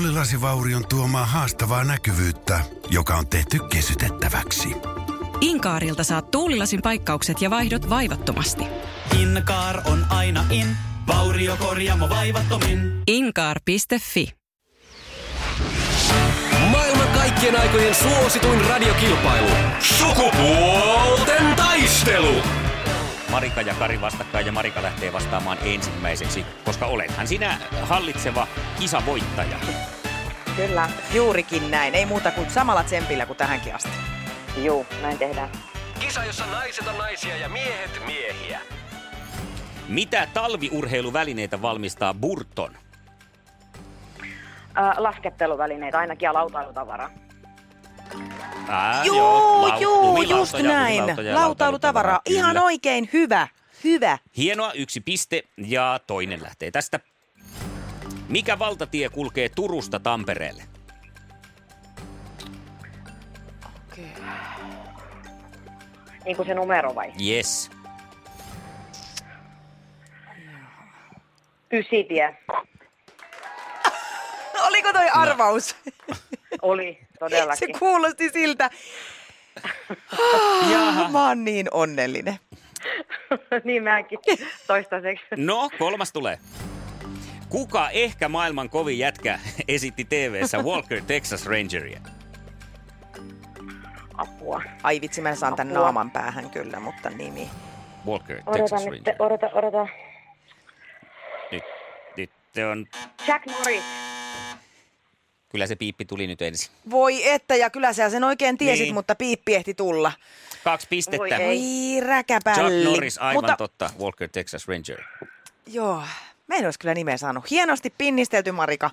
Tuulilasivaurion tuomaa haastavaa näkyvyyttä, joka on tehty kesytettäväksi. Inkaarilta saat tuulilasin paikkaukset ja vaihdot vaivattomasti. Inkaar on aina in, vauriokorjaamo vaivattomin. Inkaar.fi Maailman kaikkien aikojen suosituin radiokilpailu. Sukupuolten taistelu. Marika ja Kari vastakkain ja Marika lähtee vastaamaan ensimmäiseksi, koska olethan sinä hallitseva kisavoittaja. Kyllä, juurikin näin. Ei muuta kuin samalla tsempillä kuin tähänkin asti. Juu, näin tehdään. Kisa, jossa naiset on naisia ja miehet miehiä. Mitä talviurheiluvälineitä valmistaa Burton? Ää, lasketteluvälineitä ainakin ja lautailutavaraa. Ää, Juu, Äh, lau- niin, juu, lumilautoja, just näin. lumilautoja ja Lautailutavara. kyllä. Ihan oikein hyvä. Hyvä. Hienoa, yksi piste ja toinen lähtee tästä. Mikä valtatie kulkee Turusta Tampereelle? Niin kuin se numero vai? Yes. Ysitie. No, Oliko toi arvaus? Oli Se todellakin. kuulosti siltä. Ah, Mä oon niin onnellinen. niin mäkin toistaiseksi. No, kolmas tulee. Kuka ehkä maailman kovin jätkä esitti TV-ssä Walker Texas Rangeria? Apua. Ai vitsi, mä saan tämän Apua. naaman päähän kyllä, mutta niin, nimi. Walker Odota Texas nyt, Ranger. odota, odota. Nyt, nyt se on... Jack Norris. Kyllä se piippi tuli nyt ensin. Voi että, ja kyllä sä sen oikein tiesit, Niin. mutta piippi ehti tulla. Kaksi pistettä. Voi ei. Ei Chuck räkäpälli. Norris, aivan mutta, totta. Walker Texas Ranger. Joo, mä en olisi kyllä nimeä saanut. Hienosti pinnistelty, Marika.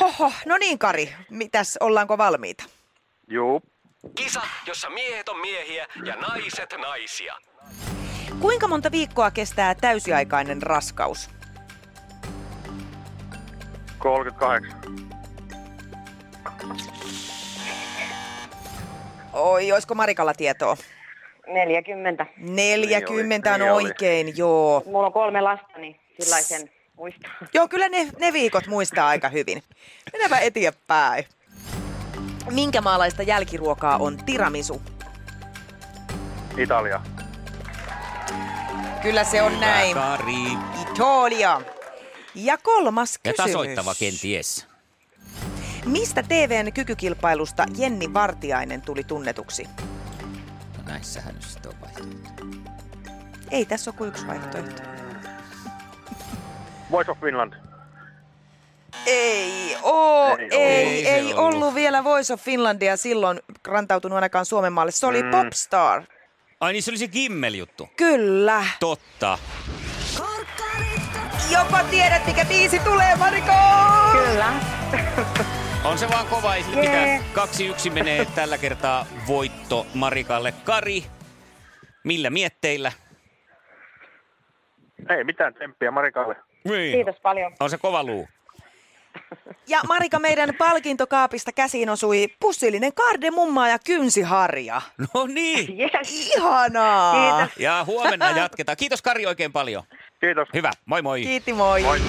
Hoho, no niin Kari, mitäs, ollaanko valmiita? Juu. Kisa, jossa miehet on miehiä ja naiset naisia. Kuinka monta viikkoa kestää täysiaikainen raskaus? 38. Oi, olisiko Marikalla tietoa? 40. 40 on niin oli. oikein, joo. Mulla on kolme lasta, niin sillä lailla sen muistaa. Joo, kyllä ne, ne viikot muistaa aika hyvin. Mennäänpä eteenpäin. Minkä maalaista jälkiruokaa on tiramisu? Italia. Kyllä se on näin. Kari. Italia. Ja kolmas Ja kysymys. tasoittava kenties. Mistä TVn kykykilpailusta Jenni Vartiainen tuli tunnetuksi? No näissähän nyt sitten on vaihtoehto. Ei tässä ole kuin yksi vaihtoehto. Voice of Finland. Ei oo, ei, Ei oo. ei, ei, Ei ei se ollut. ollut. ollut vielä Voice of Finlandia silloin rantautunut ainakaan Suomen maalle. Se oli mm. Popstar. Ai niin, se oli se Gimmel-juttu. Kyllä. Totta. Jopa tiedät, mikä biisi tulee, Mariko! Kyllä. On se vaan kova, ei sille mitään. Kaksi yksi menee tällä kertaa voitto Marikalle. Kari, millä mietteillä? Ei mitään tsemppiä Marikalle. Kiitos paljon. Niin. On se kova luu. Ja Marika, meidän palkintokaapista käsiin osui pussillinen kardemummaa ja kynsiharja. No niin. Yes. Ihanaa! Kiitos. Ja huomenna jatketaan. Kiitos Kari oikein paljon. Kiitos. Hyvä, moi moi. Kiitti, moi! moi. Moi.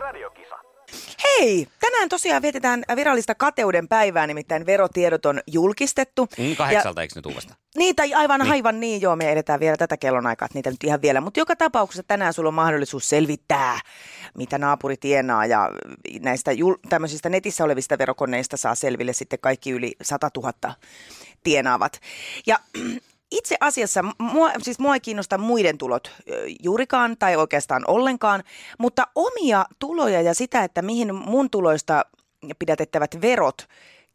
Hei! Tänään tosiaan vietetään virallista kateuden päivää, nimittäin verotiedot on julkistettu. Mm, Ja- kahdeksalta, eikö nyt uudestaan? Niitä aivan, niin. aivan niin, joo, me edetään vielä tätä kellonaikaa, että niitä nyt ihan vielä. Mutta joka tapauksessa tänään sulla on mahdollisuus selvittää, mitä naapuri tienaa ja näistä jul- tämmöisistä netissä olevista verokoneista saa selville sitten kaikki yli 100 000 tienaavat. Ja itse asiassa, mua, siis mua ei kiinnosta muiden tulot ö, juurikaan tai oikeastaan ollenkaan, mutta omia tuloja ja sitä, että mihin mun tuloista pidätettävät verot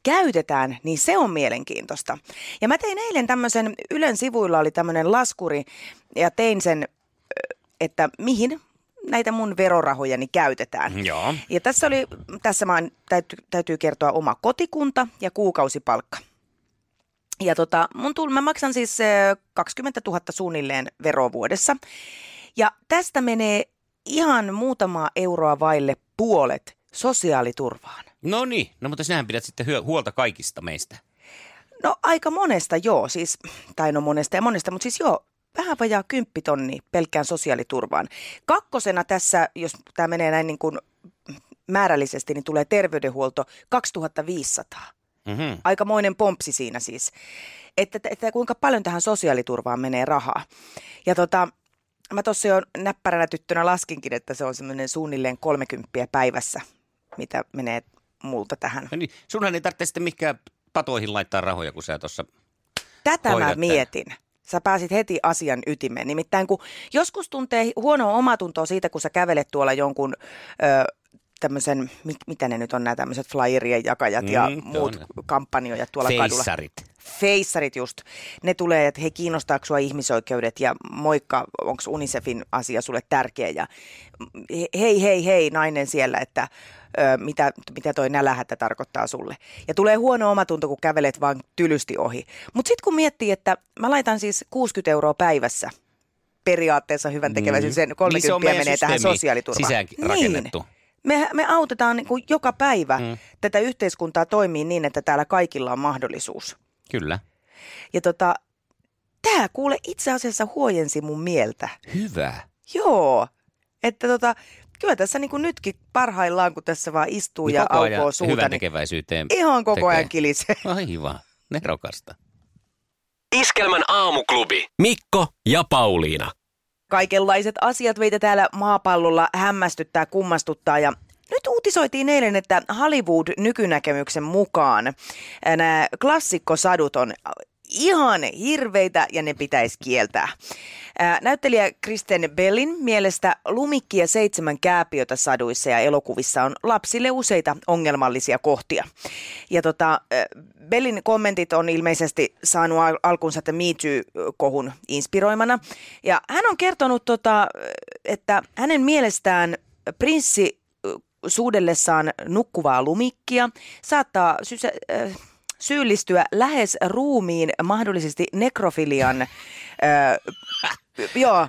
käytetään, niin se on mielenkiintoista. Ja mä tein eilen tämmöisen, Ylen sivuilla oli tämmöinen laskuri ja tein sen, ö, että mihin näitä mun verorahojani käytetään. Joo. Ja tässä oli, tässä mä täytyy, täytyy kertoa oma kotikunta ja kuukausipalkka. Ja tota, mun tul, mä maksan siis eh, 20 000 suunnilleen veroa vuodessa. Ja tästä menee ihan muutamaa euroa vaille puolet sosiaaliturvaan. No niin, no mutta sinähän pidät sitten hyö- huolta kaikista meistä. No aika monesta joo, siis, tai no monesta ja monesta, mutta siis joo, vähän vajaa kymppitonni pelkkään sosiaaliturvaan. Kakkosena tässä, jos tämä menee näin niin kuin määrällisesti, niin tulee terveydenhuolto 2500. Mm-hmm. Aikamoinen pompsi siinä siis, että, että, että kuinka paljon tähän sosiaaliturvaan menee rahaa. Ja tota, mä tuossa jo näppäränä tyttönä laskinkin, että se on semmoinen suunnilleen 30 päivässä, mitä menee multa tähän. No niin, sunhan ei tarvitse sitten mihinkään patoihin laittaa rahoja, kun sä tuossa... Tätä hoidat mä tämän. mietin. Sä pääsit heti asian ytimeen. Nimittäin kun joskus tuntee huonoa omatuntoa siitä, kun sä kävelet tuolla jonkun ö, tämmöisen, mit, mitä ne nyt on nämä tämmöiset flyerien jakajat mm, ja Mm, muut on. kampanjoijat tuolla kadulla. Feissarit. Feissarit just. Ne tulee, että hei kiinnostaako sua ihmisoikeudet ja moikka, onko Unicefin asia sulle tärkeä ja he- hei hei hei nainen siellä, että ö, mitä, mitä toi nälähätä tarkoittaa sulle. Ja tulee huono omatunto, kun kävelet vaan tylysti ohi. Mutta sitten kun miettii, että mä laitan siis 60 euroa päivässä periaatteessa hyvän Mm. Niin. tekeväisyyden, sen 30 meidän menee tähän systeemiin sosiaaliturvaan. sisään rakennettu. Niin. Me, me autetaan niin kuin joka päivä mm. tätä yhteiskuntaa toimii niin, että täällä kaikilla on mahdollisuus. Kyllä. Ja tota, tämä kuule itse asiassa huojensi mun mieltä. Hyvä. Joo, että tota, kyllä tässä niin kuin nytkin parhaillaan, kun tässä vaan istuu ja Niin koko ajan aukoo suuta, hyvän niin tekeväisyyteen ihan koko tekee. ajan kilisee. Aivan, nerokasta. Iskelmän aamuklubi. Mikko ja Pauliina. Kaikenlaiset asiat meitä täällä maapallolla hämmästyttää, kummastuttaa ja nyt uutisoitiin eilen, että Hollywood nykynäkemyksen mukaan ää, nämä klassikkosadut on ihan hirveitä ja ne pitäisi kieltää. Ää, Näyttelijä Kristen Bellin mielestä lumikki ja seitsemän kääpiötä saduissa ja elokuvissa on lapsille useita ongelmallisia kohtia. Ja tota, ää, Bellin kommentit on ilmeisesti saanut al- alkunsa tämän Me Too-kohun inspiroimana. Ja hän on kertonut, tota, että hänen mielestään prinssi ö, suudellessaan nukkuvaa lumikkia saattaa sysä, äh, syyllistyä lähes ruumiin mahdollisesti nekrofilian. äh, joo,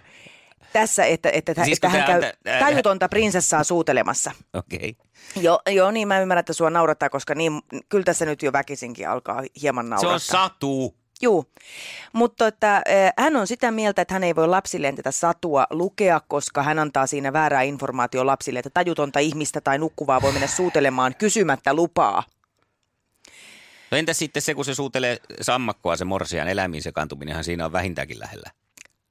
tässä, että, että, Siis kun että hän tää- käy tää- tajutonta prinsessaa suutelemassa. Okei. Okay. Joo, joo, niin mä ymmärrän, että sua naurattaa, koska niin, kyllä tässä nyt jo väkisinkin alkaa hieman Se naurattaa. on satu. Juu, mutta että, eh, hän on sitä mieltä, että hän ei voi lapsilleen tätä satua lukea, koska hän antaa siinä väärää informaatiota lapsille, että tajutonta ihmistä tai nukkuvaa voi mennä suutelemaan kysymättä lupaa. No entä sitten se, kun se suutelee sammakkoa, se morsian eläimiin sekaantuminenhan siinä on vähintäänkin lähellä.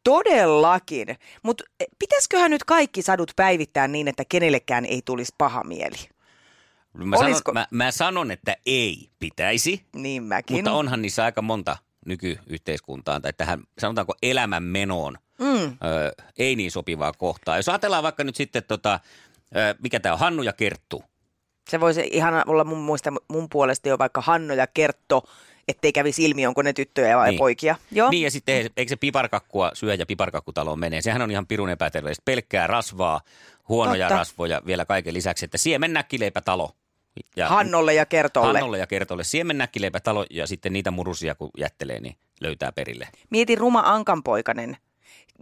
Todellakin, mutta pitäisiköhän nyt kaikki sadut päivittää niin, että kenellekään ei tulisi paha mieli? Mä sanon, Olisiko- mä, mä sanon, että ei pitäisi, Niin mäkin. mutta onhan niissä aika monta nykyyhteiskuntaan tai tähän sanotaanko elämänmenoon Mm, ö, ei niin sopivaa kohtaa. Jos ajatellaan vaikka nyt sitten, tota, ö, mikä tämä on, Hannu ja Kerttu. se voisi ihan olla mun, muista, mun puolesta jo vaikka Hanno ja Kertto, ettei kävisi ilmi, onko ne tyttöjä vai Niin. poikia. Joo. Niin ja sitten ei- eikö se piparkakkua syö ja piparkakkutaloon menee. Sehän on ihan pirun epäterveellistä. Pelkkää rasvaa, huonoja Totta. rasvoja vielä kaiken lisäksi. Että siemennäkkileipätalo. Ja Hannolle ja Kertolle. Hannolle ja Kertolle siemennäkkileipätalo ja sitten niitä murusia kun jättelee, niin löytää perille. Mieti ruma ankanpoikainen.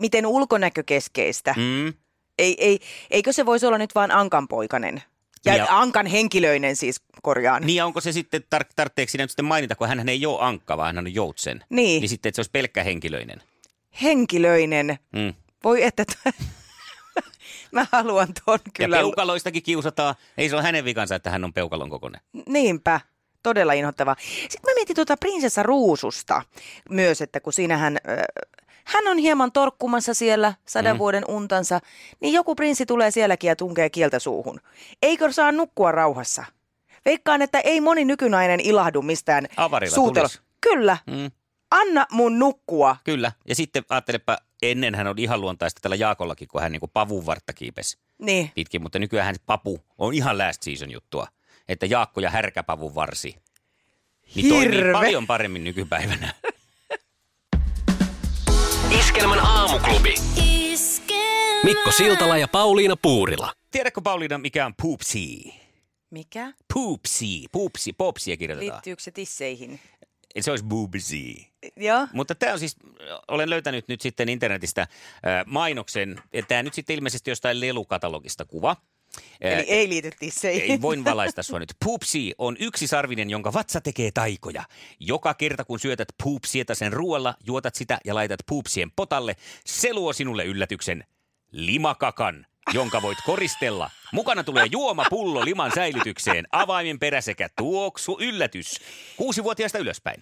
Miten ulkonäkökeskeistä. Mm. Mm. Ei, ei, eikö se voisi olla nyt vain ankanpoikainen? Ja, Ja- ja ankan henkilöinen siis korjaan. Niin ja onko se sitten, tar- tarvitseeko siinä nyt sitten mainita, kun hän ei ole ankka, vaan hän on joutsen. Niin. Niin sitten, että se olisi pelkkä henkilöinen. Henkilöinen. Mm. Voi että... t- Mä haluan ton kyllä. Ja peukaloistakin kiusataan. Ei se ole hänen vikansa, että hän on peukalon kokoinen. Niinpä, todella inhottavaa. Sitten mä mietin tuota prinsessa Ruususta myös, että kun siinähän... Äh, hän on hieman torkkumassa siellä sadan mm. vuoden untansa, niin joku prinssi tulee sielläkin ja tunkee kieltä suuhun. Eikö saa nukkua rauhassa? Veikkaan, että ei moni nykynainen ilahdu mistään Avarilla suutelu. tulisi. Kyllä, Mm. anna mun nukkua. Kyllä. Ja sitten ajattelepa, ennen hän on ihan luontaista tällä Jaakollakin, kun hän niin pavun vartta kiipesi Niin, pitkin, mutta nykyään hän papu on ihan last season juttua. Että Jaakko ja härkäpavun varsi. Niin toimii Hirve. paljon paremmin nykypäivänä. Iskelmän aamuklubi. Mikko Siltala ja Pauliina Puurila. Tiedätkö Pauliina, mikä on poopsi? mikä? Poopsi, poopsi, popsia kirjoitetaan. Liittyykö se tisseihin? Eli se olisi boobsy. Joo. Mutta tämä on siis, olen löytänyt nyt sitten internetistä äh, mainoksen. Ja Tämä nyt sitten ilmeisesti jostain lelukatalogista kuva. Äh, Eli ei liity tisseihin. ei, voin valaista sua nyt. Poopsi on yksi sarvinen, jonka vatsa tekee taikoja. Joka kerta kun syötät poopsieta sen ruoalla, juotat sitä ja laitat poopsien potalle, se luo sinulle yllätyksen limakakan jonka voit koristella. Mukana tulee juomapullo liman säilytykseen, avaimen perä sekä tuoksu yllätys. Kuusivuotiaasta ylöspäin.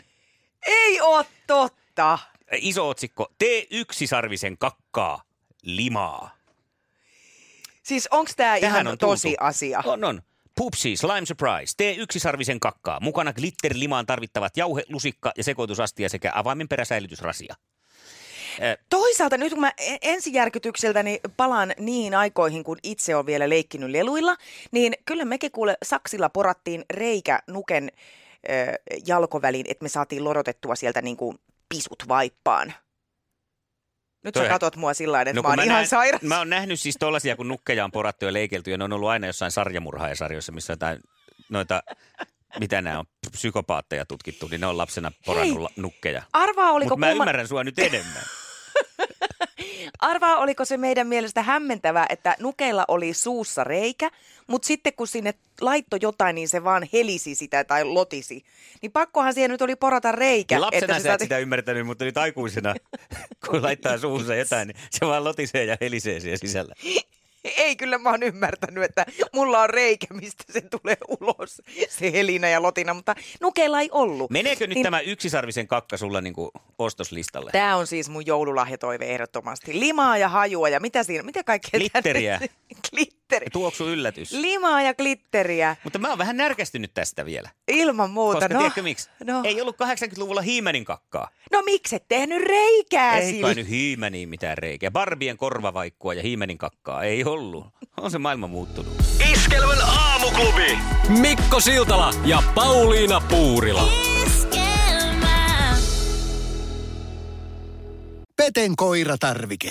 Ei oo totta. Äh, Iso otsikko. Tee yksisarvisen kakkaa limaa. Siis onks tää ihan on tultu. tosi asia? On, on. Pupsi Slime Surprise. Tee yksisarvisen kakkaa. Mukana glitterlimaan tarvittavat jauhe, lusikka ja sekoitusastia sekä avaimen peräsäilytysrasia. Toisaalta nyt kun mä e- ensijärkytykseltäni palaan niihin aikoihin, kun itse on vielä leikkinyt leluilla, niin kyllä mekin kuule saksilla porattiin reikä nuken ö, jalkoväliin, että me saatiin lorotettua sieltä niin kuin pisut vaippaan. Nyt sä Toihan- katot mua sillä tavalla, että No mä kun oon ihan näen- sairas. Mä oon nähnyt siis tollasia, kun nukkeja on porattu ja leikelty ja ne on ollut aina jossain sarjamurhaajasarjoissa, missä jotain noita, mitä nämä on, psykopaatteja tutkittu, niin ne on lapsena porannut Hei. la- nukkeja. Arvaa oliko, Mutta mä kumman, ymmärrän sua nyt enemmän. arvaa oliko se meidän mielestä hämmentävää, että nukeilla oli suussa reikä, mutta sitten kun sinne laittoi jotain, niin se vaan helisi sitä tai lotisi. Niin pakkohan siihen nyt oli porata reikä. Ja Niin lapsena se sä et saati- sitä ymmärtänyt, mutta nyt aikuisena, kun laittaa suunsa jotain, niin se vaan lotisee ja helisee siellä sisällä. Ei, kyllä mä oon ymmärtänyt, että mulla on reikä, mistä se tulee ulos, se helinä ja lotina, mutta nukeilla ei ollut. Meneekö Niin- nyt tämä yksisarvisen kakka sulla niin kuin ostoslistalle? Tämä on siis mun joululahjatoive ehdottomasti. Limaa ja hajua ja mitä siinä, mitä kaikkea? Glitteriä. Glitteri. Ja Tuoksu yllätys. Limaa ja glitteriä, Mutta mä oon vähän närkästynyt tästä vielä. ilman muuta. Koska no, tiedätkö miksi? No, Ei ollut 80-luvulla hiimänin kakkaa. no miksi et tehnyt reikää Ei sille? kai nyt hiimäniin mitään reikiä. Barbien korvavaikkua ja hiimänin kakkaa. Ei ollut. On se maailma muuttunut. Iskelmän aamuklubi. Mikko Siltala ja Pauliina Puurila. Iskelmää. Peten koiratarvike.